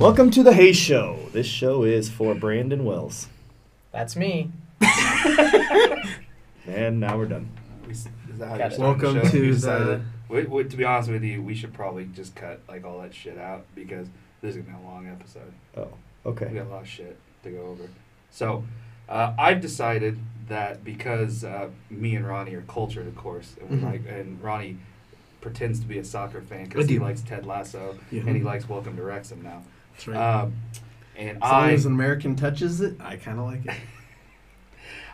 Welcome to the Hay Show. This show is for Brandon Wells. That's me. And now we're done. We, s- is that Got how you're it. starting Welcome the show? to We the- decided- We, we, to be honest with you, we should probably just cut like all that shit out because this is gonna be a long episode. Oh, We okay. got a lot of shit to go over. So, uh, I've decided that because uh, me and Ronnie are cultured, of course, and, we Mhm. like, and Ronnie pretends to be a soccer fan I because he do. likes Ted Lasso Yeah. and he likes Welcome to Wrexham now. That's right. Um, and as long I as an American touches it, I kind of like it.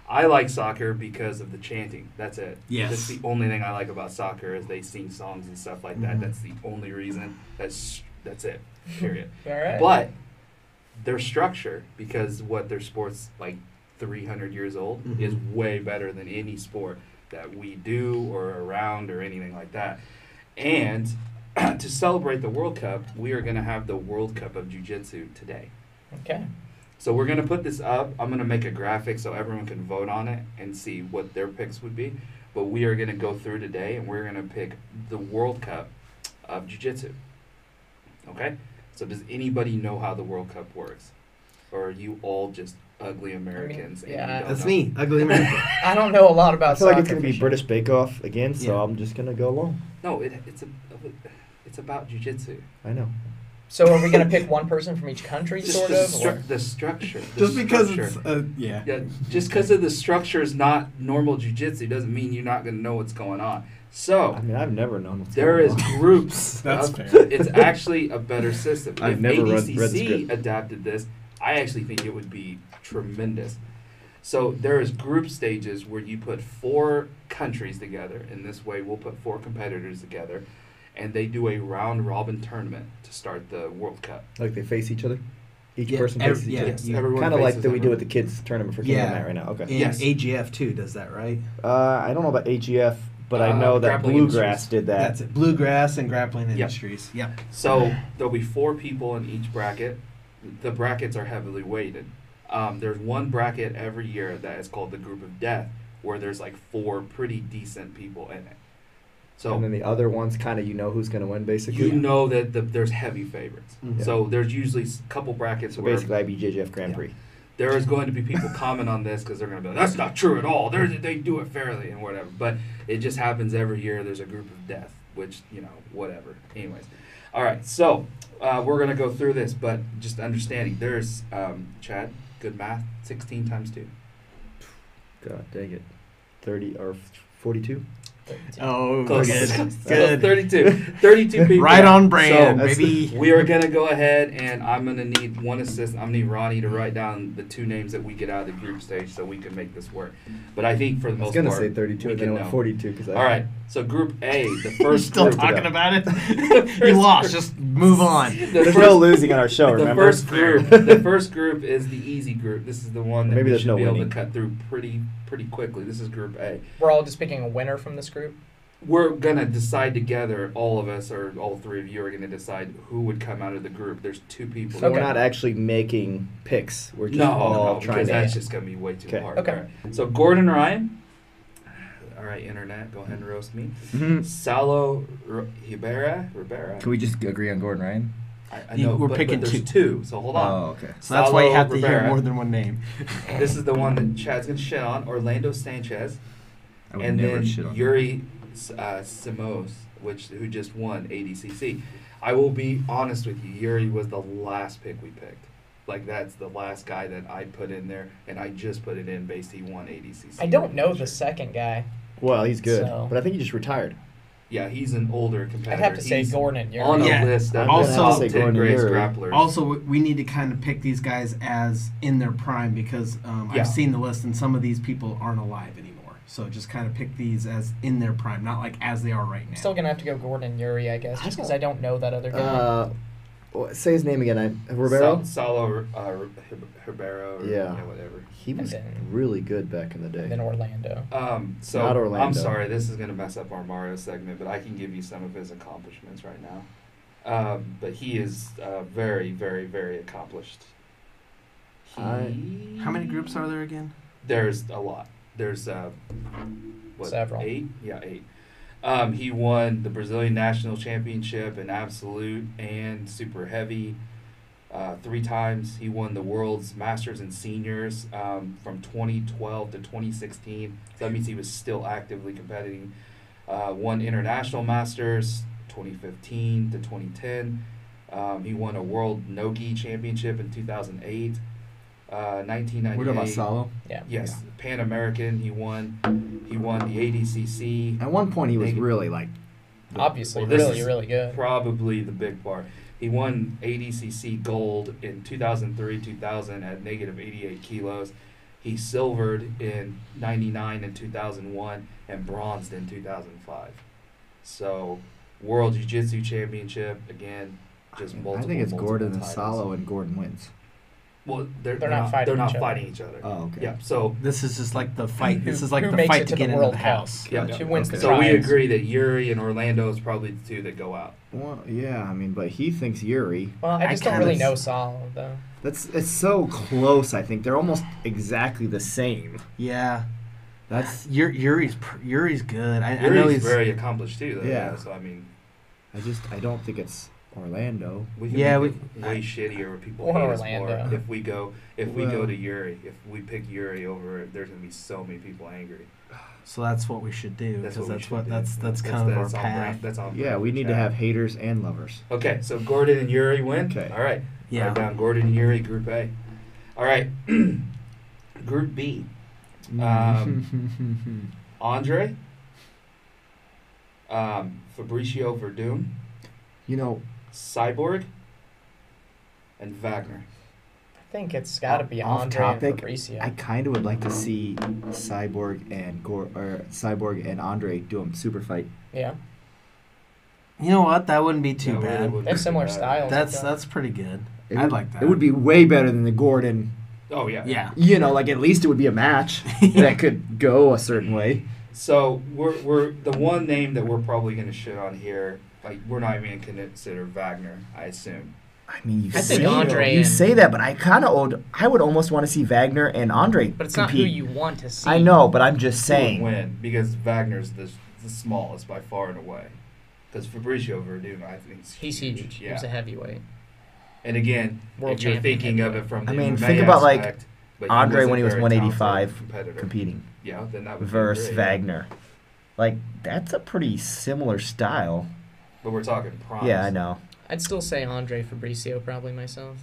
I like soccer because of the chanting. That's it. Yes. That's the only thing I like about soccer is they sing songs and stuff like that. Mhm. That's the only reason. That's that's it. Period. All right. but their structure, because what their sports like 300 years old, Mhm. is way better than any sport that we do or around or anything like that. And to celebrate the World Cup, we are going to have the World Cup of Jiu Jitsu today. okay. So we're gonna put this up. I'm gonna make a graphic so everyone can vote on it and see what their picks would be. But we are gonna go through today and we're gonna pick the World Cup of Jiu Jitsu. Okay? So does anybody know how the World Cup works? Or are you all just ugly Americans? and you yeah. don't That's know? me, ugly American. I don't know a lot about I feel like it's soccer going to be for sure. British Bake Off again, so Yeah. I'm just going to go along. No, it, it's a, it's about jujitsu. I know. So are we gonna pick one person from each country, Just sort the, of? or- stru- the structure. the Just because structure. it's uh, yeah. Yeah, just because of the structure is not normal jujitsu doesn't mean you're not gonna know what's going on. So I mean, I've never known what's There going is on. groups. That's of- fair. It's actually a better system. I've if never read- read the ADCC script. adapted this, I actually think it would be tremendous. So there is group stages where you put four countries together, and this way we'll put four competitors together, and they do a round robin tournament to start the World Cup. Like they face each other? Each Yeah, person ev- faces each yeah. other? yes, you- everyone Kind of like faces that we do everyone. at the kids' tournament for Kingdom Yeah. Night right now. Okay. And Yes. AGF too does that, right? Uh, I don't know about AGF, but I Uh, know that Grappling Bluegrass Industries. did that. That's it. Bluegrass and grappling Yep. industries. Yep. So there'll be four people in each bracket. The brackets are heavily weighted. Um, there's one bracket every year that is called the Group of Death, where there's like four pretty decent people in it. And then So the other ones, kind of you know who's going to win, basically. Mm-hmm. you know that the, there's heavy favorites. Mhm. So there's usually a couple brackets So where basically, IBJJF Grand Yeah. Prix. there is going to be people comment on this because they're going to be like, that's not true at all. They're, they do it fairly and whatever. But it just happens every year. There's a group of death, which, you know, whatever. Anyways. All right. So uh, we're going to go through this, but just understanding there's, um, Chad, good math, 16 times 2. God dang it. 30 or 42? Oh, Close. good. So good. 32. 32 people. Right on So, brand, that's the- baby. we are gonna go ahead and I'm gonna need one assist. I'm gonna need Ronnie to write down the two names that we get out of the group stage so we can make this work. But I think for the I was most going to part, say 32, we and then can I know. went 42. Cause I, All right. So Group A, the We're first still group. talking up. about it. First you lost. group. Just move on. The There's first- no losing on our show, the remember? first group. The first group is the easy group. This is the one that Maybe we there's should no be able winning. to cut through pretty pretty quickly. This is Group A. We're all just picking a winner from this group. We're gonna decide together. All of us, or all three of you, are gonna decide who would come out of the group. There's two people. So Okay. We're not actually making picks. We're just no, all no, trying because to. that's just gonna be way too Okay. hard. Okay. All right. So Gordon Ryan. All right, internet, go ahead and roast me. Salo R- Ribera. Ribera. Mm-hmm. Can we just agree on Gordon Ryan? I, I You- know, we're but, picking but there's two. two. So hold on. Oh, okay. So that's why you Salo have to Rivera. hear more than one name. This is the one that Chad's gonna shit on, Orlando Sanchez, I would and never then shit on Yuri uh, Simos, which who just won ADCC. I will be honest with you, Yuri was the last pick we picked. Like that's the last guy that I put in there, and I just put it in based he won ADCC. I don't know the second guy. well, he's good, So- but I think he just retired. Yeah, he's an older competitor. I'd have to say He's Gordon and on Yuri. a Yeah. list of Also- the top Say ten Gordon greatest Yuri. grapplers. Also, we- we need to kind of pick these guys as in their prime because um, Yeah. I've seen the list and some of these people aren't alive anymore. So just kind of pick these as in their prime, not like as they are right now. I'm still gonna have to go Gordon and Yuri, I guess, just because I don't know that other guy. Uh, wh- say his name again. I, Sal- Rivero. Salo uh, Hib- Hibero. or- Yeah. yeah, whatever. he was And then- really good back in the day. and then Orlando. Um, so Not Orlando. I'm sorry, this is gonna mess up our Mario segment, but I can give you some of his accomplishments right now. Um, but he is uh, very, very, very accomplished. I- He- How many groups are there again? There's a lot. There's uh, what, Several. Eight? Yeah, eight. Um, he won the Brazilian National Championship in absolute and super heavy. uh, three times. He won the world's masters and seniors um, from 2012 to 2016. So that means he was still actively competing. Uh, won international masters 2015 to 2010. Um, he won a world nogi championship in 2008. Uh, 1998. What about Salo? Yeah. Yes, Pan American. He won. He won the ADCC. At one point, he was Neg- really like. Obviously, Well, this really, is really good. Probably the big part. He won ADCC gold in 2003, 2000 at negative 88 kilos. He silvered in 99 and 2001 and bronzed in 2005. So, World Jiu Jitsu Championship again, just multiple. I think it's multiple Gordon and titles. Salo, and Gordon wins. Well, they're, They're not fighting They're not each other. fighting each other. Oh, okay. Yeah. So This is just like the fight. This Who- is like who the makes fight it to to get the into World the Cup? house. Yeah. Who wins the Okay. so we prize? agree that Yuri and Orlando is probably the two that go out. Well, yeah, I mean, but he thinks Yuri. Well, I I just don't kinda really s- know Salo though. That's it's so close. I think they're almost exactly the same. Yeah, That's Yuri, Yuri's pr- Yuri's good. I, I Yuri's know he's very accomplished too. Though, Yeah. So I mean, I just I don't think it's Orlando. we can Yeah, make we- it way shittier with people Or hate us Orlando. more if we go if we go Well- to Yuri. If we pick Yuri over, it, there's gonna be so many people angry. so that's what we should do because we that's should what, do. that's that's kind of that's our on path. brand- That's on Yeah, brand we for need to Chad. have haters and lovers. Okay, so Gordon and Yuri win. Okay. All right. Yeah. Write down Gordon and Yuri, Group A. All right. group B. Um, Andre. Um, Fabricio Verdun. you know, Cyborg, and Wagner. I think it's got to be Off Andre and topic, Fabricio. I kind of would like to see Cyborg and Gor- or Cyborg and Andre do a super fight. yeah, you know what? That wouldn't be too Yeah, bad. really would They have be similar bad. styles. That's Okay. that's pretty good. It I'd would- like that. It would be way better than the Gordon. Oh yeah. Yeah. You know, like at least it would be a match that could go a certain way. So we're we're the one name that we're probably gonna shit on here. Like we're not even gonna consider Wagner. I assume. I mean, you I say think Andre you and- say that, but I kind of old. I would almost want to see Wagner and Andre but it's not compete. who you want to see. I know, but I'm just Who would saying. Win because Wagner's the the smallest by far and away. Because Fabricio Verdun, I think is He's huge. huge. Yeah. He's a heavyweight. and again, World if you're champion thinking of it from the I mean, MMA think about, like, aspect, but Andre wasn't when he was very talented 185 competitor. Competing yeah, then that would be versus great. Wagner, like that's a pretty similar style. But we're talking primes. Yeah, I know. I'd still say Andre Fabricio probably myself.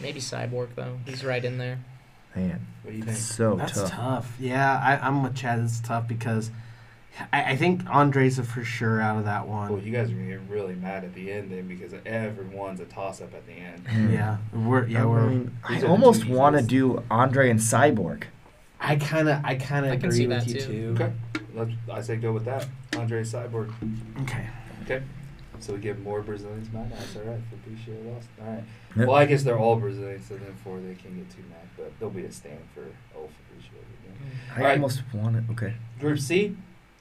Maybe Cyborg though. He's right in there. Man, What do you think? it's so That's tough. tough. Yeah, I, I'm with Chad. It's tough because I, I think Andres are for sure out of that Well, one. you guys are gonna get really mad at the end then because everyone's a toss up at the end. Mm. Yeah, we're yeah Hmm. I, we're. mean, These I are the almost two want to easiest. do Andre and Cyborg. I kind of I kind of I can agree see with that you too. too. Okay, let's, I say go with that. Andre Cyborg. Okay. Okay, so we get more Brazilians mad. That's all right. Fabricio lost. All right. Well, I guess they're all Brazilians, so then four they can get too mad, but there'll be a stand for old Fabricio. again. I alright. almost want to. Okay. Group C,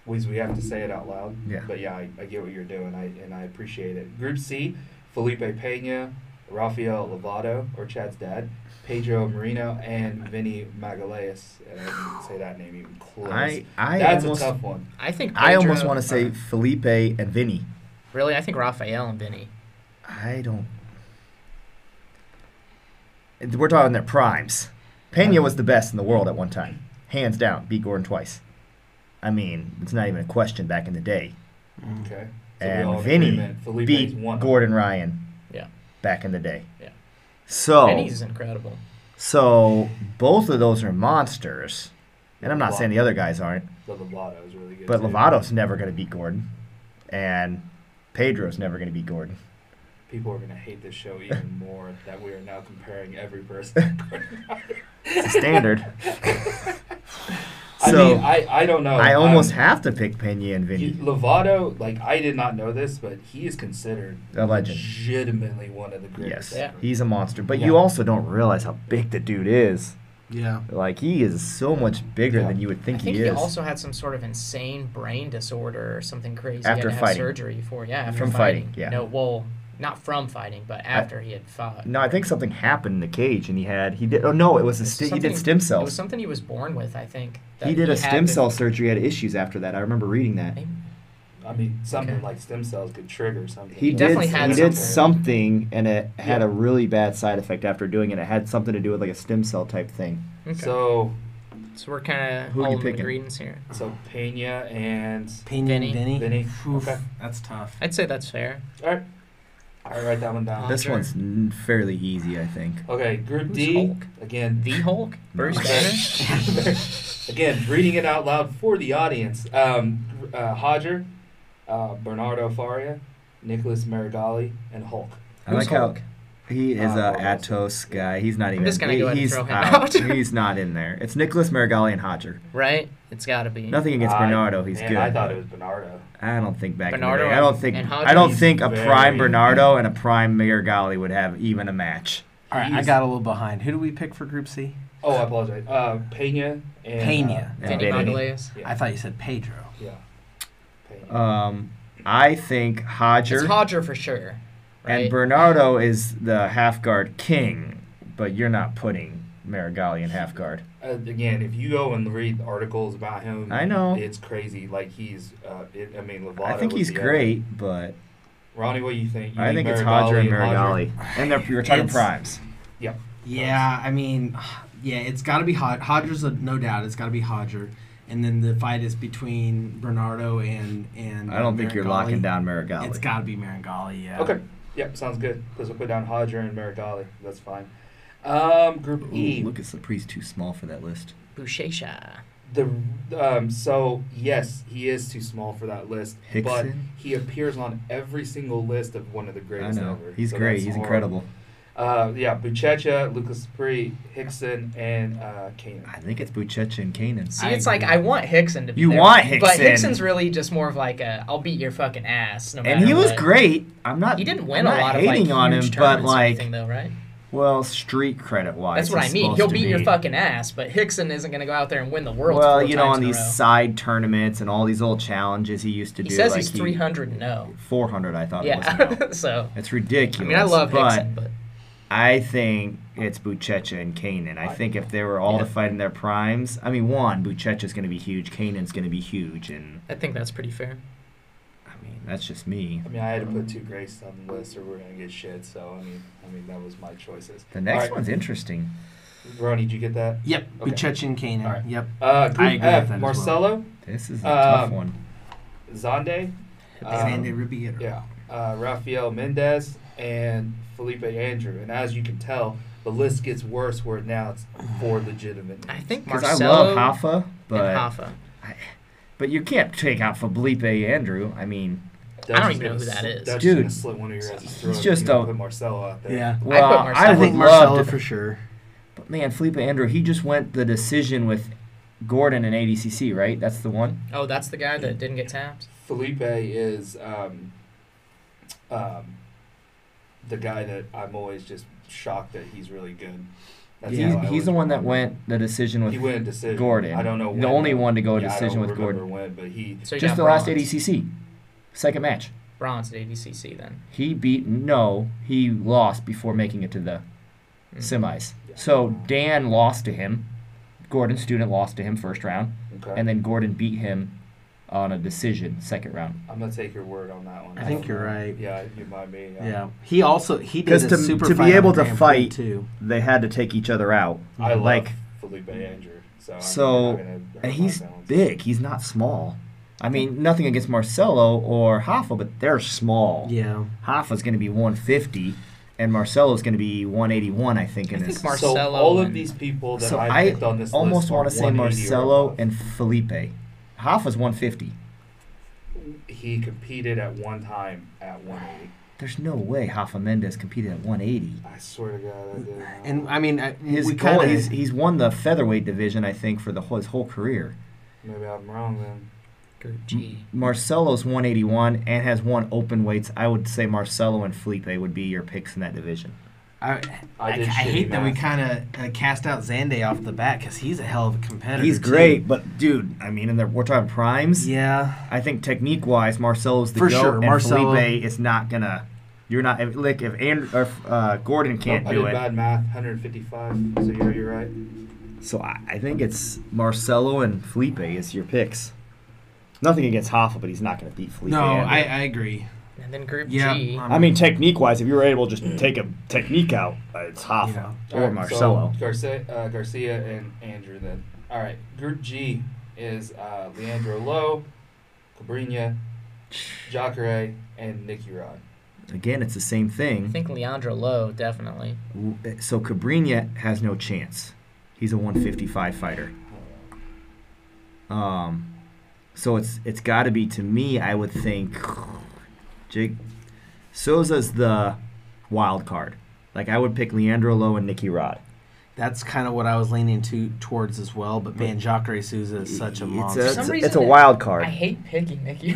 which we have to say it out loud. Yeah. But yeah, I, I get what you're doing, I and I appreciate it. Group C, Felipe Pena, Rafael Lovato, or Chad's dad, Pedro Marino, and Vinny Magalhaes. And I didn't say that name even close. I I That's almost a tough one. I think. I almost Pedro- want to say Felipe and Vinny. Really, I think Raphael and Vinny. I don't. We're talking their primes. Uh-huh. Pena was the best in the world at one time, hands down. Beat Gordon twice. I mean, it's not even a question back in the day. Mm. Okay. And in Vinny agreement. Felipe's beat one. Gordon Ryan. Yeah. Back in the day. Yeah. So Vinny's incredible. so both of those are monsters, and I'm not saying the other guys aren't, The Lovato is really good. but too. Lovato's never going to beat Gordon, and Pedro's never going to beat Gordon. People are gonna hate this show even more that we are now comparing every person. It's a standard. I So- mean, I, I don't Oh, know. I almost I'm- have to pick Pena and He, Vinny. Lovato, like I did not know this, but he is considered A legend. legitimately one of the greatest. Yes, Yeah. ever. he's a monster. But you Yeah. also don't realize how big the dude is. Yeah. Like he is so much bigger Yeah. than you would think, I think he he is. also had some sort of insane brain disorder or something crazy. After he had to fighting. have surgery for yeah after From fighting, yeah. No, well, not from fighting, but after he had fought. no, I think something happened in the cage, and he had he did. Oh no, it was a sti- he Something- did stem It was cells. something he was born with, I think. that He did a had stem been- cell surgery. Had issues after that. I remember reading that. Maybe- I mean, something Okay. like stem cells could trigger something. He definitely did. had he did something. something, and it had Yeah. a really bad side effect after doing it. It had something to do with like a stem cell type thing. Okay. So, So, we're kind of Who you all in picking? ingredients here. so Pena and Pena Vinny. Vinny. Vinny. Oof, Okay. That's tough. I'd say that's fair. All right, all right, write that one down. this Oh, sure. one's n- fairly easy, I think. Okay, Group Who's D Hulk? again. The Hulk, Bruce No. Banner. again, reading it out loud for the audience. Um, uh, Hodger, uh, Bernardo Faria, Nicholas Marigali, and Hulk. I Who's like how Hulk? he is Uh, a Atos guy. He's not even. just gonna go ahead and he's throw him out. he's not in there. It's Nicholas Marigali and Hodger. Right? It's got to be. Nothing against I- Bernardo. He's man, good. I thought but it was Bernardo. I don't think back Bernardo in the day. I don't and- think. and Hodger, I don't he's think a very- prime Bernardo and a prime Marigali would have even a match. All right, I He's- got a little behind. Who do we pick for Group C? Oh, I apologize. Uh, Pena and uh, Pena. And Vinny Vinny. Mongolius. yeah, I thought you said Pedro. yeah. Pena. Um, I think Hodger. It's Hodger for sure. Right? And Bernardo is the half guard king, but you're not putting Marigali in half guard. Uh, again, if you go and read articles about him, I know. it's crazy. Like he's, uh, it, I mean, Lovato. I think was he's the other- great, but Ronnie, what do you think? You I think think it's Hodger and Marigali Marigali. And they're, you're talking It's- primes. Yeah, I mean, yeah, it's got to be Hod- Hodger's a, no doubt. It's got to be Hodger, and then the fight is between Bernardo and and. I don't think you're locking Marigali. down It's Marigali. got to be Marangali. Yeah. Um, Okay. Yep, sounds good. Because we'll put down Hodger and Marigali. That's fine. Um, group E. Ooh, Lucas Lepree's too small for that list. Bouchesha. The um, so yes, he is too small for that list, but Hickson? he appears on every single list of one of the I greatest know. ever. He's so great. that's He's hard. incredible. Uh, yeah, Buchecha, Lucas Dupree, Hickson, and uh, Kanan. I think it's Buchecha and Kanan. See, I it's agree. like I want Hickson to be You there, want But Hickson. Hickson's really just more of like a I'll beat your fucking ass no matter And he was what. great. I'm not. He didn't win I'm a not lot of like hating huge on him, but tournaments or anything, like, though, right? well, street credit wise, That's what I he's mean. supposed He'll to beat your be- fucking ass, but Hickson isn't going to go out there and win the world. well, four you know, times on in a these row. side tournaments and all these old challenges he used to he do. says like he's he- 300 and no. 400, I thought it was. now. Yeah, so It's ridiculous. I mean, I love but Hickson, but I think it's Buchecha and Kanan. I think if they were all to Yeah. fight in their primes, I mean, one, Buchecha's going to be huge, Kanan's going to be huge, and I think that's pretty fair. I mean, that's just me. I mean, I had to put two greats on the list, or we're gonna get shit. So I mean, I mean that was my choices. The next All right. one's interesting. Ronnie, did you get that? Yep. Okay. Okay. Buchechen Kanan. All right. Yep. Uh, group I agree with that as F, well. Marcelo, This is a Um, tough one. Zonde, Xander um, Ribeiro. yeah, uh, Rafael Mendez, and Felipe Andrew. And as you can tell, the list gets worse where now it's four legitimate. I names. think Because I Marcelo love Hoffa, and but, Hoffa. but you can't take out Felipe Andrew. I mean, Dutch don't is even know gonna who that sl- is. Dutch Dude, gonna slit one of your asses throat he's if just you don't a- put Marcelo out there. Yeah. well, put I, I Marcelo. would think love Marcelo to for sure. But man, Felipe Andrew, he just went the decision with Gordon and ADCC, right? That's the one. Oh, that's the guy that didn't get tapped. Felipe is um, um, the guy that I'm always just shocked that he's really good. That's Yeah. how he's I he's always the one that remember. went the decision with He went a decision. Gordon. I don't know. The when, only though. one to go a Yeah, decision I with don't remember Gordon. When, but he So you Just got the bronze. last ADCC, second match. Bronze at ADCC then. He beat no, he lost before making it to the Mm. semis. Yeah. So Dan lost to him. Gordon student lost to him first round, okay. and then Gordon beat him on a decision second round. I'm gonna take your word on that one. I don't think you're know. right. Yeah, you might be. Yeah. He also he did 'Cause a to- super to be fight on able to Grand Prix, fight- too. They had to take each other out. I love like Felipe Andrew. So I'm So, not gonna hurt my And he's feelings. big. He's not small. I mean, nothing against Marcelo or Hoffa, but they're small. Yeah. Hoffa's going to be 150, and Marcelo's going to be 181, I think. In I think his. Mar- So Marcelo all of and- these people that so I I picked on this almost list want are to say 180 or Marcelo above. and Felipe. Hoffa's 150. he competed at one time at 180. There's no way Hoffa Mendez competed at 180. I swear to God, I did. And I mean, I, His we goal, kind he's, of he's won the featherweight division, I think, for the whole, his whole career. maybe I'm wrong then. Group G. Mm-hmm. Marcelo's 181 and has won open weights. I would say Marcelo and Felipe would be your picks in that division. I, I, I did shitty I hate that we math. kind of uh, cast out Zande off the bat because he's a hell of a competitor. He's too. great, but dude, I mean, in the we're talking primes. Yeah. I think technique wise, Marcelo's the For goat, sure, and Marcelo- Felipe is not gonna. You're not if- like if and or if, uh, Gordon can't Nope, I do did it. bad math. 155. So you're, you're right. So I, I think it's Marcelo and Felipe is your picks. Nothing against Hoffa, but he's not going to beat Felipe. No, I, Anderson. I agree. And then Group Yeah, G. um, I mean, technique wise, if you were able to just take a technique out, uh, it's Hoffa Yeah. or All right, so Marcelo. Garcia, uh, Garcia and Andrew then. All right, Group G is uh, Leandro Lowe, Cabrina, Jacare, and Nicky Rod. Again, it's the same I thing. think Leandro Lowe, definitely. W- So Cabrinha has no chance. He's a 155 fighter. Um, so it's it's got to be to me. I would think Jake Souza's the wild card. Like I would pick Leandro Lowe and Nicky Rod. That's kind of what I was leaning to towards as well. But man, Jacare Souza is such a It's monster. some it's, a- reason it's a it- wild card. I hate picking Nicky.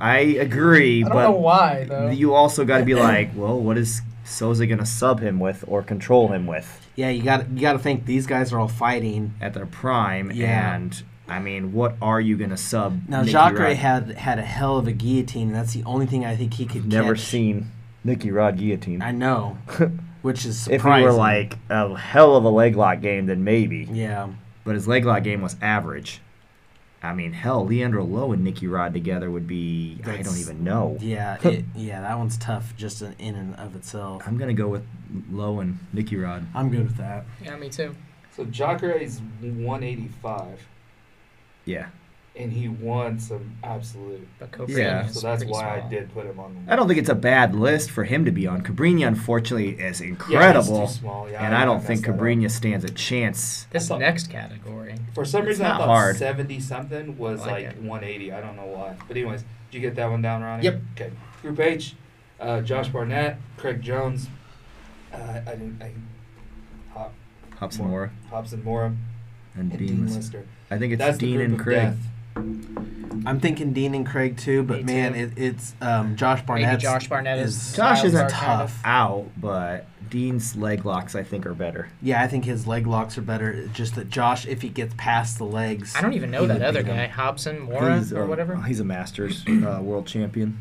I agree, I don't but know why though. you also got to be like, well, what is Souza gonna sub him with or control him with yeah, you got you got to think these guys are all fighting. at their prime? Yeah. And I mean, what are you gonna sub? Now Nicky Jacare Rod? had had a hell of a guillotine. and That's the only thing I think he could never catch. seen Nicky Rod guillotine. I know, which is if he were surprising. like a hell of a leg lock game, then maybe. yeah, But his leg lock game was average. I mean, hell, Leandro Lowe and Nicky Rod together would be I don't That's- even know. yeah, it, yeah, that one's tough just in in and of itself. I'm gonna go with Lowe and Nicky Rod. I'm good with that. yeah, me too. So Jacare is 185, Yeah. and he won some absolute. But Cobra Yeah. is so that's pretty why small. I did put him on the I don't think it's a bad list for him to be on. Cabrini, unfortunately, is incredible. Yeah, he's too small. Yeah, and I don't think messed that up. Cabrini stands a chance. This I thought- next category. For some It's reason, not I thought hard. 70 something was I like like, it. 180. I don't know why. But, anyways, did you get that one down, Ronnie? Yep. Okay. Group H uh, Josh Barnett, Craig Jones, uh, I didn't, I, Hop, Hobson Mora Hobson Mora, and, and Dean Dean List. Lister. I think it's That's the Dean group and of Craig. death. I'm thinking Dean and Craig too, but Me man, too. It, it's um, Josh Barnett. Josh Barnett is Josh Wild isn't card kind tough. out, but Dean's leg locks I think are better. Yeah, I think his leg locks are better. It's Just that Josh, if he gets past the legs, I don't even know he that would other beat him. guy, Hobson Mora He's, or uh, whatever. He's a Masters uh, world champion.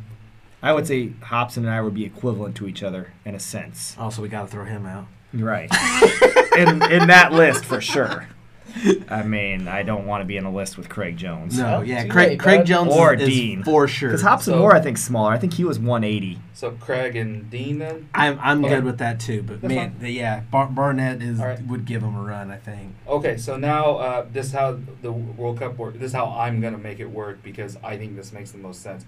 I would say Hobson and I would be equivalent to each other in a sense. Also, we got to throw him out. Right. in in that list for sure. I mean, I don't want to be in a list with Craig Jones. No, Oh, yeah, too Craig, late, Craig bud. Jones Or is, is Dean. for sure. Because Hobson So- Moore, I think, is smaller. I think he was 180. So, Craig and Dean then? I'm I'm Okay. good with that too. But That's man, the, yeah, Bar- Barnett is All right. would give him a run. I think. Okay, so now uh, this is how the World Cup work. This is how I'm gonna make it work because I think this makes the most sense.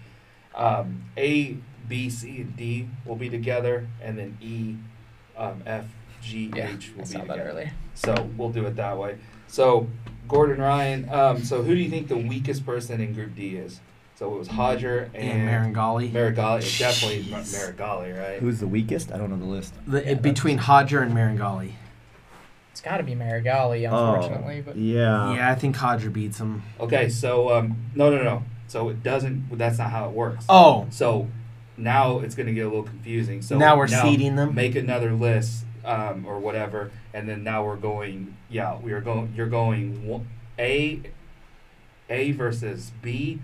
Um, A, B, C, and D will be together, and then E, um, F, G, Yeah, H will I be saw that together. earlier. So we'll do it that way. So Gordon Ryan. Um, so who do you think the weakest person in Group D is? So it was Hodger And, and, Mm-hmm. Marangoli, Marigali. It's definitely Mar- Jeez. Marigali, right? Who's the weakest? I don't know the list. The- Yeah, between Hodger and Marangoli. It's got to be Marigali, Oh. unfortunately. but yeah. Uh, yeah, I think Hodger beats him. Okay, so um, no, no, no. So it doesn't. That's not how it works. Oh, So now it's going to get a little confusing. So Now we're seeding them? Make another list um, or whatever, and then now we're going. Yeah, we are going. You're going one- A, A versus B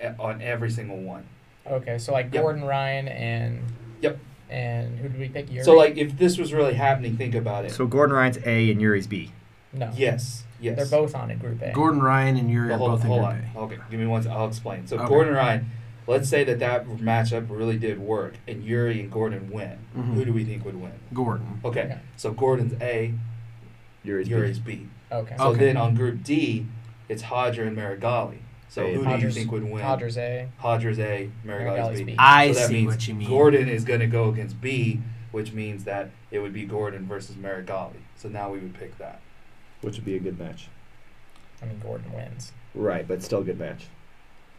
a- on every single one. okay, so like Yep. Gordon Ryan and Yep. and who did we pick? Yuri? So like, if this was really happening, think about it. So Gordon Ryan's A and Yuri's B. no, yes, yes. they're both on in Group A. Gordon Ryan and Yuri Well, are hold, both in hold Group on. A. Okay, give me one. sec, I'll explain. So Okay. Gordon Ryan, let's say that that matchup really did work, and Yuri and Gordon win. Mhm. Who do we think would win? Gordon. Okay, Yeah. so Gordon's A, Yuri's Yuri's B. Okay, So Okay. then on Group D, it's Hodger and Marigali. So Hey, who do you Hodger's- think would win? Hodger's A. Hodger's A, Marigali's Marigali's B. B. I So that see means what you mean. Gordon is going to go against B, which means that it would be Gordon versus Marigali. So now we would pick that. which would be a good match. I mean, Gordon wins. Right, but still a good match.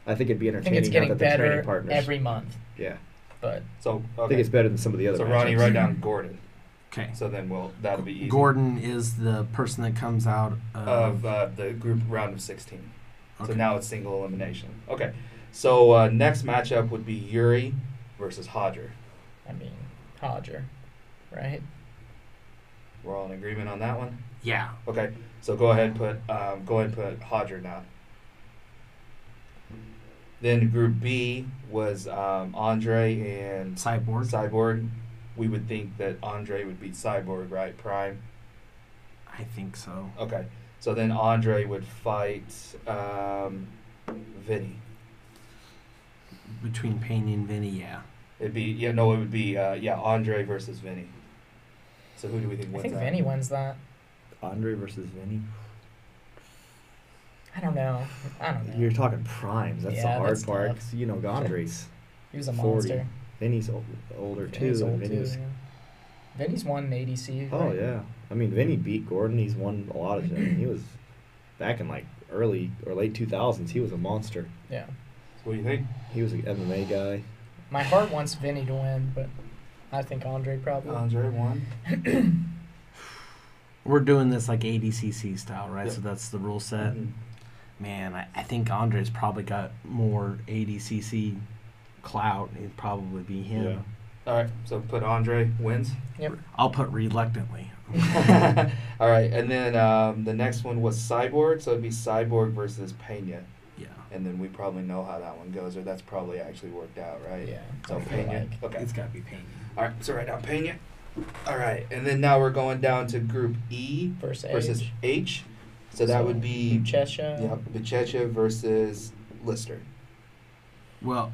I think it'd be I think it's entertaining now getting that they're training better partners. every month, yeah, but So I think okay. it's better than some of the other. so matchups. Ronnie, write down Gordon. Okay. So then we'll that'll be easy. Gordon is the person that comes out of. of uh, the group round of sixteen. So Okay. now it's single elimination. Okay. So uh, next matchup would be Yuri versus Hodger. I mean, Hodger, right? We're all in agreement on that one. yeah. Okay, so go ahead and put um, go ahead and put Hodger now. Then group B was um, Andre and Cyborg. Cyborg. We would think that Andre would beat Cyborg, right? Prime. I think so. Okay, so then Andre would fight um, Vinny. between Payne and Vinny, yeah. It'd be yeah, no, it would be uh, yeah, Andre versus Vinny. So who do we think I wins? think that? Vinny wins that. Andre versus Vinny. I don't know. I don't know. You're talking primes. That's Yeah, the hard that's part. tough. 'cause, you know, Andre's he was a 40. monster. Vinny's old, older too. Vinny's and old too. Vinny's- yeah. Vinny's won ADC. Oh right? yeah, I mean Vinny beat Gordon. He's won a lot of them. He was back in like early or late two thousands. He was a monster. Yeah. What do you think? He was an MMA guy. My heart wants Vinny to win, but I think Andre probably. Andre won. We're doing this like ADCC style, right? Yeah. So that's the rule set. Mm-hmm. Man, I, I think Andre's probably got more ADCC clout. It'd probably be him. Yeah. All right, so put Andre wins. I'll put reluctantly. All right, and then um, the next one was Cyborg, so it'd be Cyborg versus Pena, Yeah. and then we probably know how that one goes, or that's probably actually worked out, right? Yeah. So I feel Pena. like- Okay. It's got to be Payne. All right. So right now Pena. All right, and then now we're going down to Group E Versus, versus H. H. So that would be Chesha. yeah, Bichecha versus Lister. Well,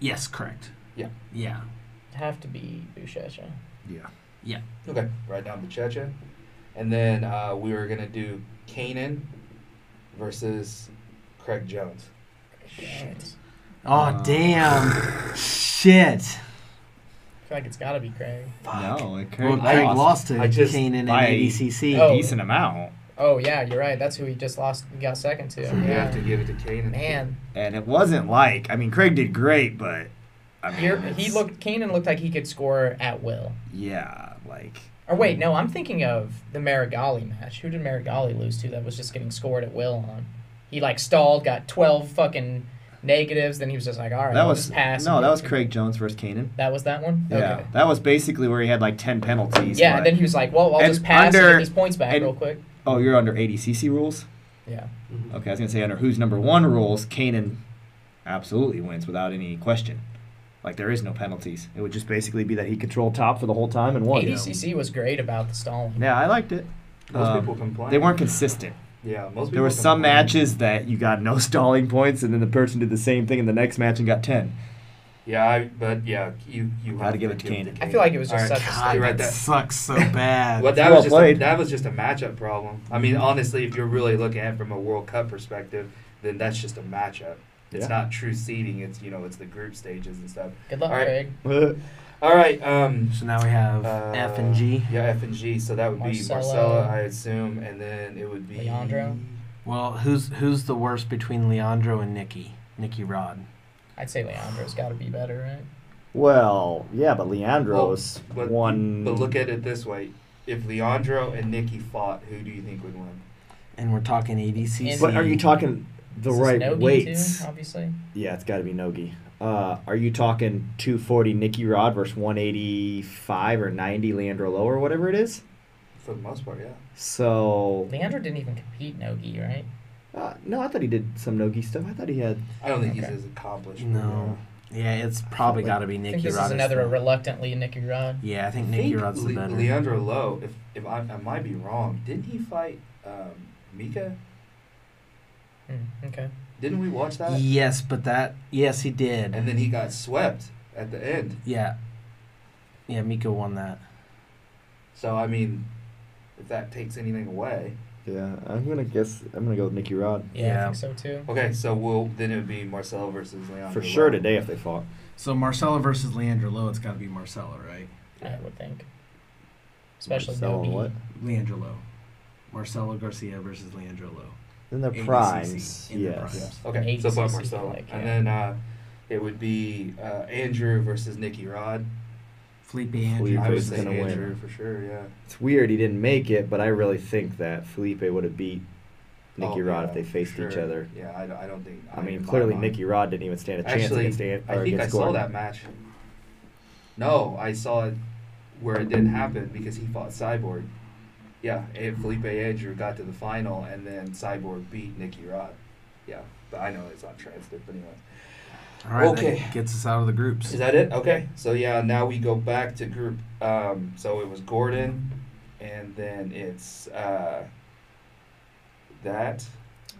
yes, correct. Yeah. Yeah. Have to be Buchesha. Yeah. Okay, write down Bichecha. And then uh, we were going to do Kanan versus Craig Jones. Shit. Oh, Uh, damn. Shit. I feel like it's got to be Craig. No, it Well, could I Craig lost- lost to I just- Kanan and I- ADCC. Oh. decent amount, Oh yeah, you're right. That's who he just lost. He got second to. So we yeah. have to give it to Kanan. Man, and it wasn't like I mean Craig did great, but I mean you're, he it's- looked. Kanan looked like he could score at will. yeah like Or wait, no, I'm thinking of the Marigali match. Who did Marigali lose to? That was just getting scored at will on. He like stalled, got 12 fucking negatives. Then he was just like, all right, that I'll was just pass. no and that go was to-" Craig Jones versus Kanan. That was that one. Yeah, Okay. that was basically where he had like ten penalties. Yeah, but- and then he was like, well, I'll And just pass and under- get these points back and- real quick. oh, you're under ADCC rules. Yeah. Mm-hmm. Okay, I was gonna say under who's number one rules, Kanan absolutely wins without any question. Like there is no penalties. It would just basically be that he controlled top for the whole time and won. ADCC E was great about the stalling. Yeah, I liked it. Most Um, people complain. They weren't consistent. Yeah, most people. There were some complain. matches that you got no stalling points, and then the person did the same thing in the next match and got ten. Yeah, I, but yeah, you you Gotta have give it to Kanan. I feel like it was All just right. such a You God, write that, that. sucks so bad. Well, that Well was just a, played. that was just a matchup problem. I mean, honestly, if you're really looking at it from a World Cup perspective, then that's just a matchup. It's Yeah. not true seeding. It's you know, it's the group stages and stuff. Good luck, All right. Craig. All right. Um, so now we have Uh, F and G. Yeah, F and G. So that would Marcelo. be Marcella, I assume, and then it would be Leandro. Well, who's who's the worst between Leandro and Nikki? Nikki Rod. I'd say Leandro's got to be better, right? Well, yeah, but Leandro's But, won. but look at it this way: if Leandro and Nikki fought, who do you think would win? And we're talking ADCC. But are you talking the Is this right Nogi, too, weights? obviously. Yeah, it's got to be Nogi. Uh, are you talking 240 Nikki Rod versus 185 or 90 Leandro Low or whatever it is? For the most part, yeah. So Leandro didn't even compete Nogi, right? uh, no, I thought he did some Nogi stuff. I thought he had. I don't think Okay. he's as accomplished. No. Yeah, it's probably like- got to be I Nikki think this Rod. is another reluctantly Nicky Rod. yeah, I think I Nikki think Rod's the Le- better. Leandro Lowe, if if I, I might be wrong, didn't he fight um, Mika? Hmm, okay. Didn't we watch that? yes, but that yes he did. And then he got swept at the end. yeah. Yeah, Mika won that. So I mean, if that takes anything away, Yeah, I'm gonna guess. I'm gonna go with Nicky Rod Yeah, I Yeah. think so too. okay. So we'll then it would be Marcelo versus Leandro. for sure Lowe. today if they fought. So Marcella versus Leandro Low, it's got to be Marcella, right? I would think. Especially Marcelo and Nogi. what? Leandro Low. Marcelo Garcia versus Leandro Low. In their ADCC, primes. in their yes. primes. Okay, Eight so far CC, Marcelo, like, and yeah. then uh, it would be uh, Andrew versus Nikki Rod. Felipe Felipe I Andrew would Felipe's say gonna win. Andrew for sure. Yeah. It's weird he didn't make it, but I really think that Felipe would have beat Nicky Oh, Rod yeah, if they for faced each sure. other. Yeah, I, don't- I don't think. I mean, in my clearly mind- Nicky Rod didn't even stand a chance Actually, against An- or I think I against saw Gordon. that match. No, I saw it where it didn't happen because he fought Cyborg. Yeah, and Felipe Andrew got to the final, and then Cyborg beat Nikki Rod. Yeah, but I know it's not translated, but anyway. All right, Okay. that gets us out of the groups. Is that it? Okay. So yeah, now we go back to group. Um, so it was Gordon, and then it's uh, that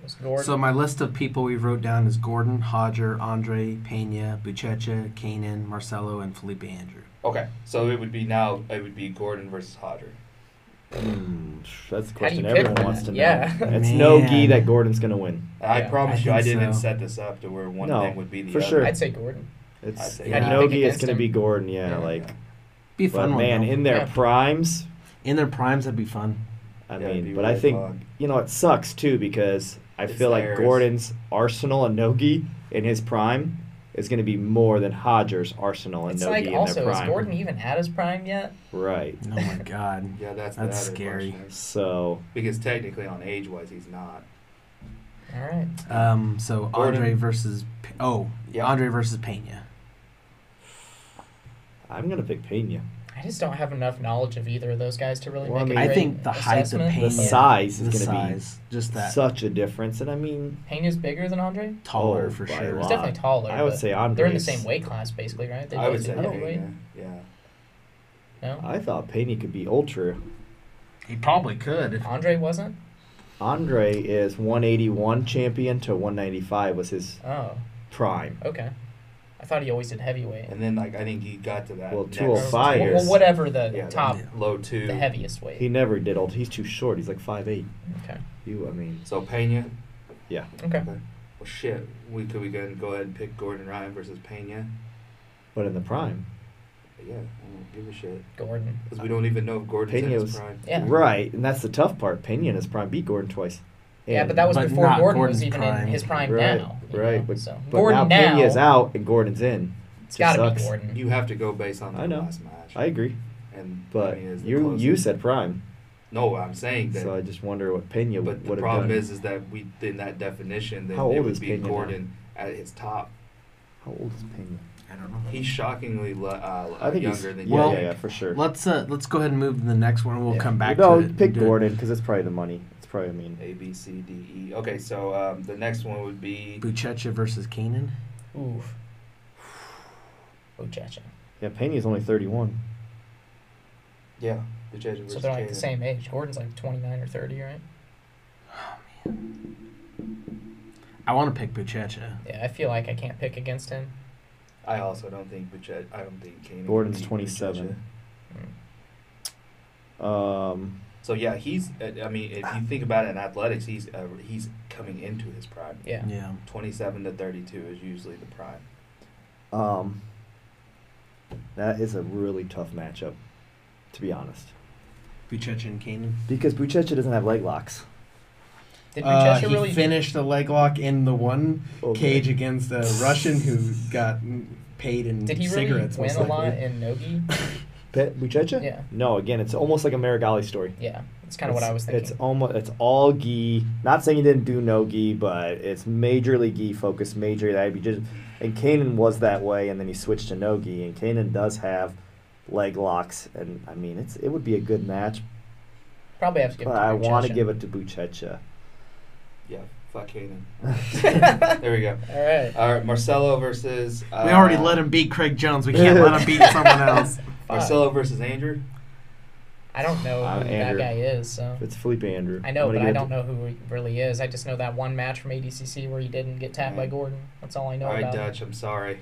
was Gordon. So my list of people we wrote down is Gordon, Hodger, Andre, Pena, Buchecha, Kanan, Marcelo, and Felipe Andrew. Okay, so it would be now. It would be Gordon versus Hodger. Mm, that's a How do question you pick everyone one? wants to know. Yeah. It's no Man. gee that Gordon's gonna win. I Yeah, promise I you, I think didn't so. set this up to where one No, thing would be the for other. sure. I'd say Gordon. I'd It's say yeah, that. no Pick gee. It's against gonna him. be Gordon. Yeah, Yeah. like Be a but fun one. man, though. in their Yeah. primes. in their primes, that'd be fun. I Yeah, it'd be mean, but I really think fun. you know it sucks too because I It's feel like theirs. Gordon's arsenal and Nogi in his prime is going to be more than Hodger's arsenal Oh, and It's Nogi like in also their is prime. Gordon even at his prime yet? Right. Oh my god. Yeah, that's That's the other scary. question. So Because technically, on age wise, he's not. All right. Um. So Gordon. Andre versus P- oh Yeah. Andre versus Pena. I'm going to pick Pena. I just don't have enough knowledge of either of those guys to really Well, I make mean- a I great think the height of assessment. The Pena, size the is going to size, just be that such a difference, and I mean, Pena's bigger than Andre. taller Oh, for by a sure. He's lot. definitely taller. I would but say Andre. they're in the same weight class, basically, right? They Oh, I would both say do don't Pena, weight. Yeah. No, I thought Pena could be ultra. He probably could. Andre wasn't. Andre is 181 champion to 195 was his Oh, prime. okay. I thought he always did heavyweight. And then, like, I think he got to that. Well, next- 205 well, years. well, whatever the Yeah, top, that low two. the heaviest weight. He never did ultra. He's too short. He's like 5'8". Okay. You, I mean, So Pena. yeah. Okay. Well, shit. We could we go ahead and go ahead and pick Gordon Ryan versus Pena. But in the prime, Yeah, I don't give a shit Gordon. because we don't even know if Gordon's in Uh, Pena's- his prime. Yeah. Right, and that's the tough part. Pena in his prime beat Gordon twice. Yeah, And- but that was But before not Gordon Gordon's was even prime. in his prime Right, now. you right, know, but- so but Gordon now, now, Pena's out and Gordon's in. it's Just got to be sucks. Gordon. You have to go based on I the know. last match. I agree, and but Pena is the you you closest. said prime, no. I'm saying that. so I just wonder what Pena but would the have problem done. is, is that we in that definition that How it old would is be Pena now? Gordon at his top. How old is Pena? I don't know. He's shockingly le- uh, I think he's younger than yeah, Well- yeah, Jake. yeah, for sure. Let's uh let's go ahead and move to the next one. We'll Yeah. come back. No, to it pick and do it. Gordon because it's probably the money. It's probably I mean A B C D E. Okay, so um, the next one would be Buchecha versus Kanan. Oof. Ojacha. yeah, Pena's only thirty one. yeah, the Judge versus So they're like Kanan. the same age. Gordon's like 29 or 30, right? I want to pick Buchecha. Yeah, I feel like I can't pick against him. I also don't think Buchet. I don't think Kanan. Gordon's beat 27. Buchecha. Um, So yeah, he's. uh, I mean, if you think about it in athletics, he's uh, he's coming into his prime. Yeah. Yeah. Twenty-seven to thirty-two is usually the prime. um, that is a really tough matchup, to be honest, Buchecha and Kanan. because Buchecha doesn't have leg locks. Did Uh, Buchecha he really? finished the leg lock in the one Okay. cage against a Russian who got paid in did he really cigarettes. win most a lot likely. in Nogi? Pe- Buchecha? Yeah. No, again, it's almost like a Marigali story. Yeah, that's kind of what It's- I was thinking. It's almost it's all gi. Not saying he didn't do no gi, but it's majorly gi focused, majorly that. He just and Kanan was that way, and then he switched to no gi. And Kanan does have leg locks, and I mean it's it would be a good match, Probably have to give. but it I want to Buchecha. give it to Buchecha. Yeah, fuck Kanan. there we go. All right. All right, Marcelo versus. Uh, We already let him beat Craig Jones. We can't let him beat someone else. Fuck. Marcelo versus Andrew. I don't know I'm who Uh, Andrew. that guy is. So It's Felipe Andrew. I know, I'm but gonna I give don't know who he really is. I just know that one match from ADCC where he didn't get tapped by Mm. Right. Gordon. That's all I know All right, about. it. Dutch. I'm sorry.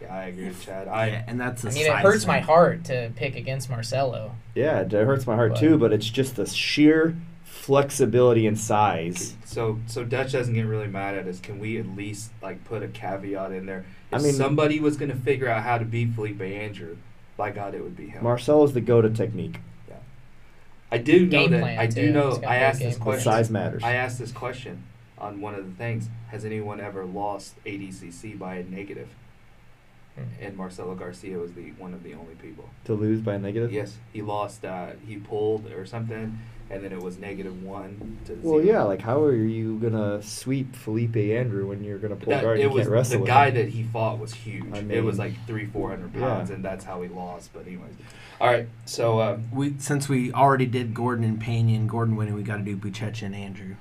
Yeah, I agree with Chad. Yeah, I and that's a I mean, it side hurts thing. my heart to pick against Marcelo. it- Yeah, it hurts my heart But- too, but it's just the sheer flexibility and size. so so Dutch doesn't get really mad at us. Can we at least like put a caveat in there? I If mean- somebody was gonna figure out how to beat Felipe Andrew, by God, it would be him. Marcelo's the go-to technique. I do know Game that. plan, I too. do It's know. gotta I be a asked game plan. this The question. size matters. I asked this question on one of the things. Has anyone ever lost ADCC by a negative? Hmm. And Marcelo Garcia was the one of the only people. to lose by a negative. Yes, he lost. Uh, he pulled or something, and then it was negative one to Well, zero. yeah. Like, how are you gonna sweep Felipe Andrew when you're gonna pull That- guard? it and was can't wrestle the with guy him? that he fought was huge. I it was mean- like three, four hundred Yeah. pounds, and that's how he lost. But anyways, all right. So um, We since we already did Gordon and Pena and Gordon winning, we got to do Buchecha and Andrew.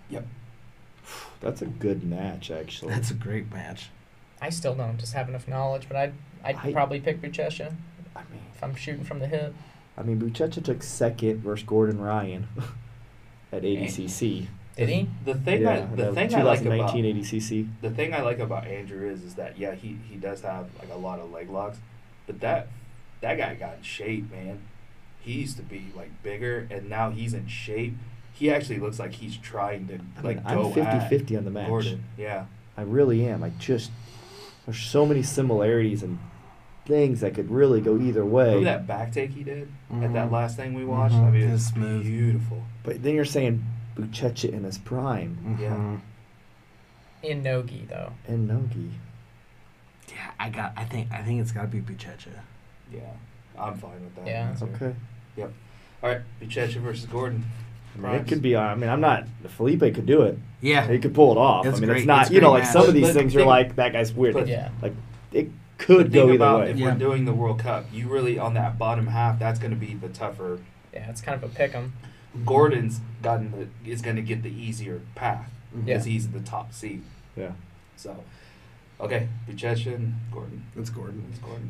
That's a good match, Oh. actually. That's a great match. I still don't just have enough knowledge, but I'd I'd I- probably pick Buchecha I mean, if I'm shooting from the hip. I mean, Buchecha took second versus Gordon Ryan at ADCC. Did he? The thing yeah, I the that thing I like 2019 about 80 CC. the thing I like about Andrew is is that yeah he he does have like a lot of leg locks, but that that guy got in shape, man. He used to be like bigger, and now he's in shape. He actually looks like he's trying to I like mean, go I'm at 50-50 on the match. Gordon. Yeah, I really am. I just there's so many similarities and things that could really go either way. remember that back take he did at Mhm. that last thing we watched. I Mhm. mean, it It was was smooth. beautiful. But then you're saying Buchecha in his prime Yeah. Mhm. In Nogi though. and Nogi. Yeah, I got. I think. I think it's got to be Buchecha. Yeah, I'm fine with that. Yeah. answer. Okay. All right, Buchecha versus Gordon. I mean, it could be. I mean, I'm not. Felipe could do it. Yeah. He could pull it off. It's I mean, great. it's not. It's you know, great like some match. of these But things, the you're thing- like, that guy's weird. but- Yeah. it The could thing go either about way. If Yeah. we're doing the World Cup, you really on that bottom half, that's going to be the tougher Yeah, it's kind of a pick 'em. Gordon's gotten the, is going to get the easier path because he's in the top seed. Yeah. So, okay, Buchecha, Gordon. It's Gordon. It's Gordon.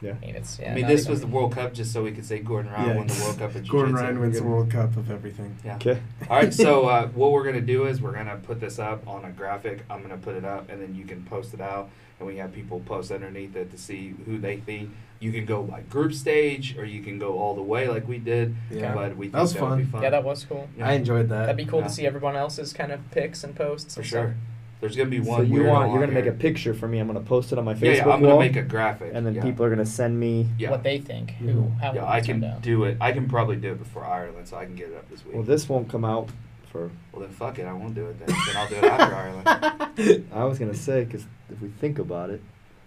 I mean it's yeah. I mean, not this even- was the World Cup just so we could say Gordon Ryan Yeah. won the World Cup. At Gordon jiu-jitsu. Ryan wins the World Cup of everything. Yeah. Okay. All right. So uh, what we're gonna do is we're gonna put this up on a graphic. I'm gonna put it up, and then you can post it out, and we have people post underneath it to see who they think. You can go by group stage, or you can go all the way like we did. Yeah. But we think That was would be fun. fun. Yeah, that was cool. Yeah, I enjoyed that. That'd be cool Uh, yeah. to see everyone else's kind of picks and posts. for and sure. There's gonna be So one. you weirdo want you're on gonna make there. a picture for me. I'm gonna post it on my Facebook yeah, yeah, I'm wall, gonna make a graphic, and then yeah. people are gonna send me. Stuff. Yeah. Mm-hmm. What they think, who, how yeah, it I turned can out. do it. I can probably do it before Ireland, so I can get it up this week. Well, this won't come out for. Well, then fuck it, I won't do it then. then I'll do it after Ireland. I was gonna say because if we think about it,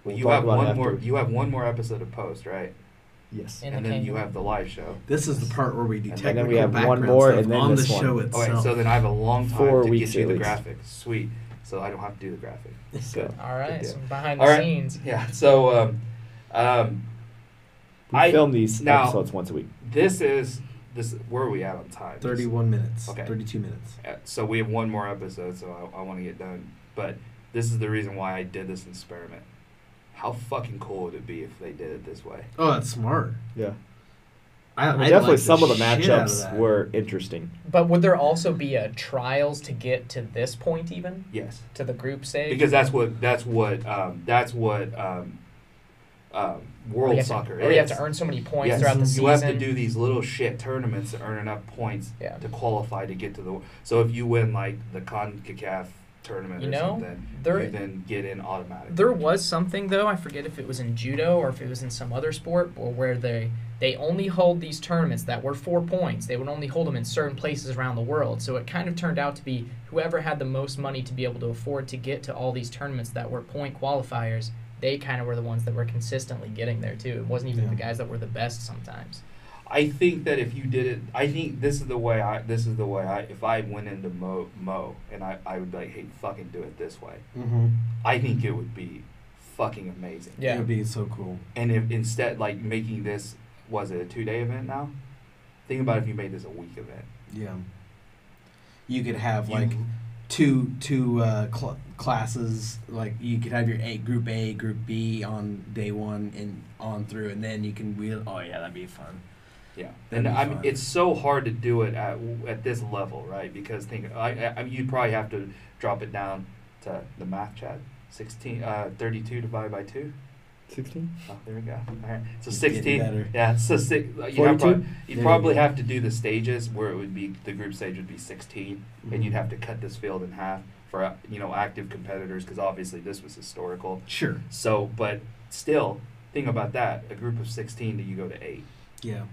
Well, we'll you talk have about it one more. afterwards. You have one more episode of post, right? yes. In and the then you kingdom. have the live show. This is the part where we do And technical then we have one background more, stuff and then on this the one. show All itself. right, so then I have a long time Four to weeks get you at the least. graphic. Sweet. So I don't have to do the graphic. Good. All right, Yeah. so behind All the right. scenes. Yeah. So, um, um, We I- film these now- episodes once a week. this is this. Where are we at on time? 31 minutes. Okay. 32 minutes. Uh, so we have one more episode, so I, I want to get done. But this is the reason why I did this experiment. How fucking cool would it be if they did it this way? Oh, that's smart. Yeah. I, I mean, I definitely, like some of the shit out of matchups that. were interesting. But would there also be a trials to get to this point, even Yes, to the group stage? because that's what that's what um, that's what um, um, world Or you have to- soccer or is. you have to earn so many points Yes. throughout the you season. have to do these little shit tournaments to earn enough points Yeah. to qualify to get to the. So if you win like the Concacaf tournament You or know, something, there- you then get in automatic. There was something though, I forget if it was in judo or if it was in some other sport, but where they they only hold these tournaments that were four points. They would only hold them in certain places around the world. So it kind of turned out to be whoever had the most money to be able to afford to get to all these tournaments that were point qualifiers. They kind of were the ones that were consistently getting there too. It wasn't even Yeah. the guys that were the best sometimes. I think that if you did it, I think this is the way I. This is the way I. If I went into Mo Mo and I, I would like, hey, fucking do it this way. Mm-hmm. I think it would be fucking amazing. It Yeah, would be so cool. And if instead like making this was it a two day event now? Think about if you made this a week event. Yeah. You could have You- like two two uh, cl- classes. Like you could have your A group A, group B on day one and on through, and then you can wheel. Oh yeah, that'd be fun. Yeah, That'd and be I mean, fun. it's so hard to do it at at this level, right? Because think, I, I, I mean, you'd probably have to drop it down to the math chat. 16, uh, 32 divided by 2. Sixteen. Oh, there we go. All right. So It's getting 16. better. Yeah, so six, you'd, 42? have probably, you'd There probably you go. have to do the stages where it would be, the group stage would be 16, and Mm-hmm. you'd have to cut this field in half for, uh, you know, active competitors, because obviously this was historical. Sure. So, but still, think about that. A group of 16 do you go to 8 Yeah.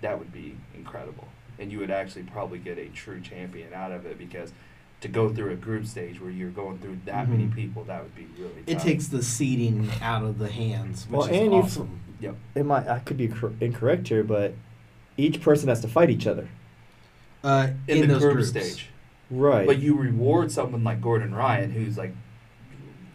that would be incredible. And you would actually probably get a true champion out of it because to go through a group stage where you're going through that many Mhm. people, that would be really It tough. takes the seeding out of the hands, which Um, Well, is and you- awesome. Yep. It might. I could be cor- incorrect here, but each person has to fight each other. Uh, In, in, the those group groups. stage. Right. But you reward someone like Gordon Ryan who's like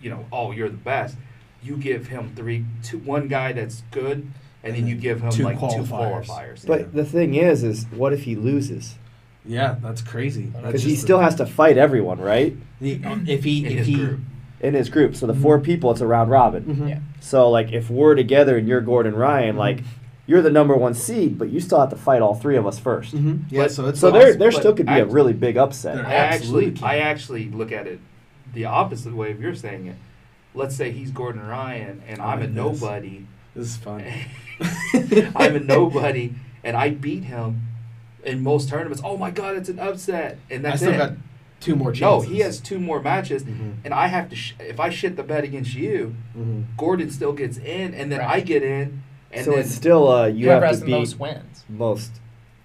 you know, oh you're the best. You give him three two one guy that's good and, And then you then give him two like two qualifiers. qualifiers. But Yeah. the thing is, is what if he loses? Yeah, that's crazy. That's Because he just the- still has to fight everyone, right? the- if he in if his he group. In his group. Mm-hmm. So the four people, it's a round robin. Mhm. Yeah. Mm-hmm. So like, if we're together and you're Gordon Ryan, like you're the number one seed, but you still have to fight all three of us first. Mm-hmm. Yeah, But- so it's So But- there, there but still could be a act- really big upset. There I actually, Absolutely. I actually look at it the opposite way of you're saying it. Let's say he's Gordon Ryan and I'm a Yes. nobody. this is fun. I'm a nobody, and I beat him in most tournaments. Oh my God, it's an upset, and I that's still it. got two more no, chances. he has two more matches, Mm-hmm. Mhm. and I have to. Sh- if I shit the bet against you, Mhm. Gordon still gets in, and then Right. I get in, and so then it's still uh, you Whoever have has to the beat most wins. most.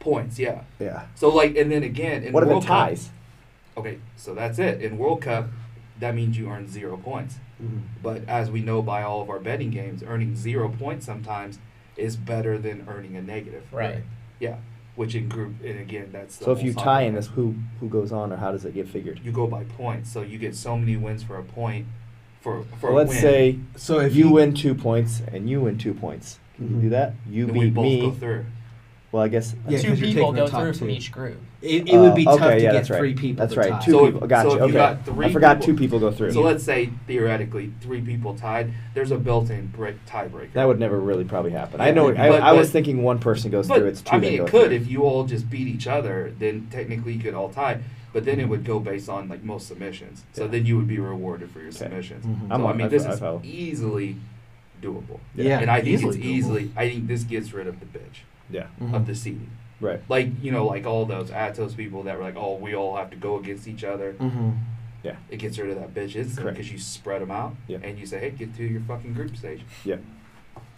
points. Yeah. Yeah. So like, and then again, in what if World it ties? Cup, okay, so that's it. In World Cup, that means you earn zero points. Mhm. But as we know by all of our betting games, earning zero points sometimes is better than earning a negative. Right. Yeah, which in group and again that's the So if whole you soccer tie in thing. this, who who goes on or how does it get figured? you go by points. So you get so many wins for a point for for Let's a win. say So if if you he- win two points and you win two points, can you Mhm. do that? You then we beat both me. go through. Well, I guess Yeah, two 'cause you're people taking the go top through from two. each group. It, it would be Uh, tough okay, to yeah, get that's right. three people. That's to right, tie. two So if- people. Gotcha. so if you okay. got three I forgot people- two people go through. So let's say theoretically three people tied. There's a built-in break tiebreaker. that would never really probably happen. I Yeah, know. I, but- I was but- thinking one person goes but through. It's two. I that mean, go it through. could if you all just beat each other, then technically you could all tie. But then it would go based on like most submissions. So Yeah. then you would be rewarded for your Okay. Mm-hmm. submissions. Mhm. I'm So, I on- mean, I this fo- I is follow. easily doable. Yeah, and I think easily it's doable. easily. I think this gets rid of the bitch Yeah. of Mhm. the seeding. Right. Like you know, like all those Atos people that were like, oh, we all have to go against each other. Mhm. Yeah. It gets rid of that bitch instantly Correct. because you spread them out Yeah. and you say, hey, get to your fucking group stage. Yeah.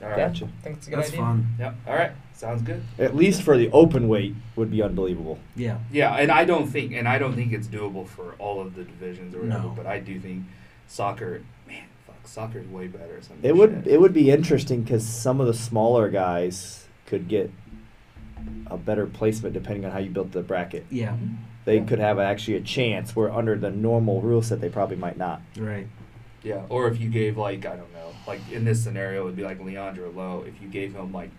All right. Gotcha. I think it's a good That's idea. fun. Yep. All right. Sounds good. At least for the open weight would be unbelievable. Yeah. Yeah, and I don't think, and I don't think it's doable for all of the divisions or whatever. No. But I do think soccer, man, fuck, soccer is way better. or some It would shit. it would be interesting because some of the smaller guys could get a better placement depending on how you built the bracket. Yeah. They Mm-hmm. Yeah. could have actually a chance where under the normal rule set they probably might not. Mm-hmm. Right. Yeah, or if you gave like I don't know, like in this scenario, it would be like Leandro Lowe. If you gave him like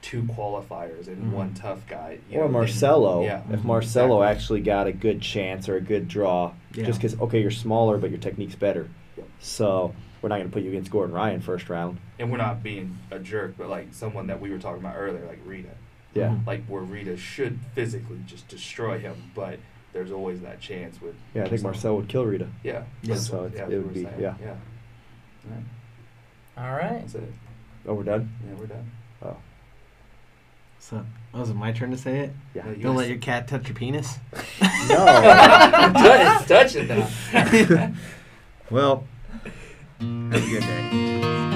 two qualifiers and Mhm. one tough guy, you Mm-hmm. Or know, then- Marcelo, yeah, if Mhm. Marcelo Mm-hmm. Exactly. actually got a good chance or a good draw, Yeah. just because okay you're smaller but your technique's better, Yep. so we're not going to put you against Gordon Ryan first round. and we're not being a jerk, but like someone that we were talking about earlier, like Rita, Yeah, Mhm. like where Rita should physically just destroy him, but there's always that chance with yeah, I think Marcelo would kill Rita. Yeah, Yeah. So it's, yeah, it that's what would we're be saying. yeah. yeah. All right, All right. that's it. Oh, we're done. Yeah, we're done. Oh, So, was it my turn to say it? yeah. No, you Don't guys- let your cat touch your penis. no. Touch- touch it now. Well, have a good day.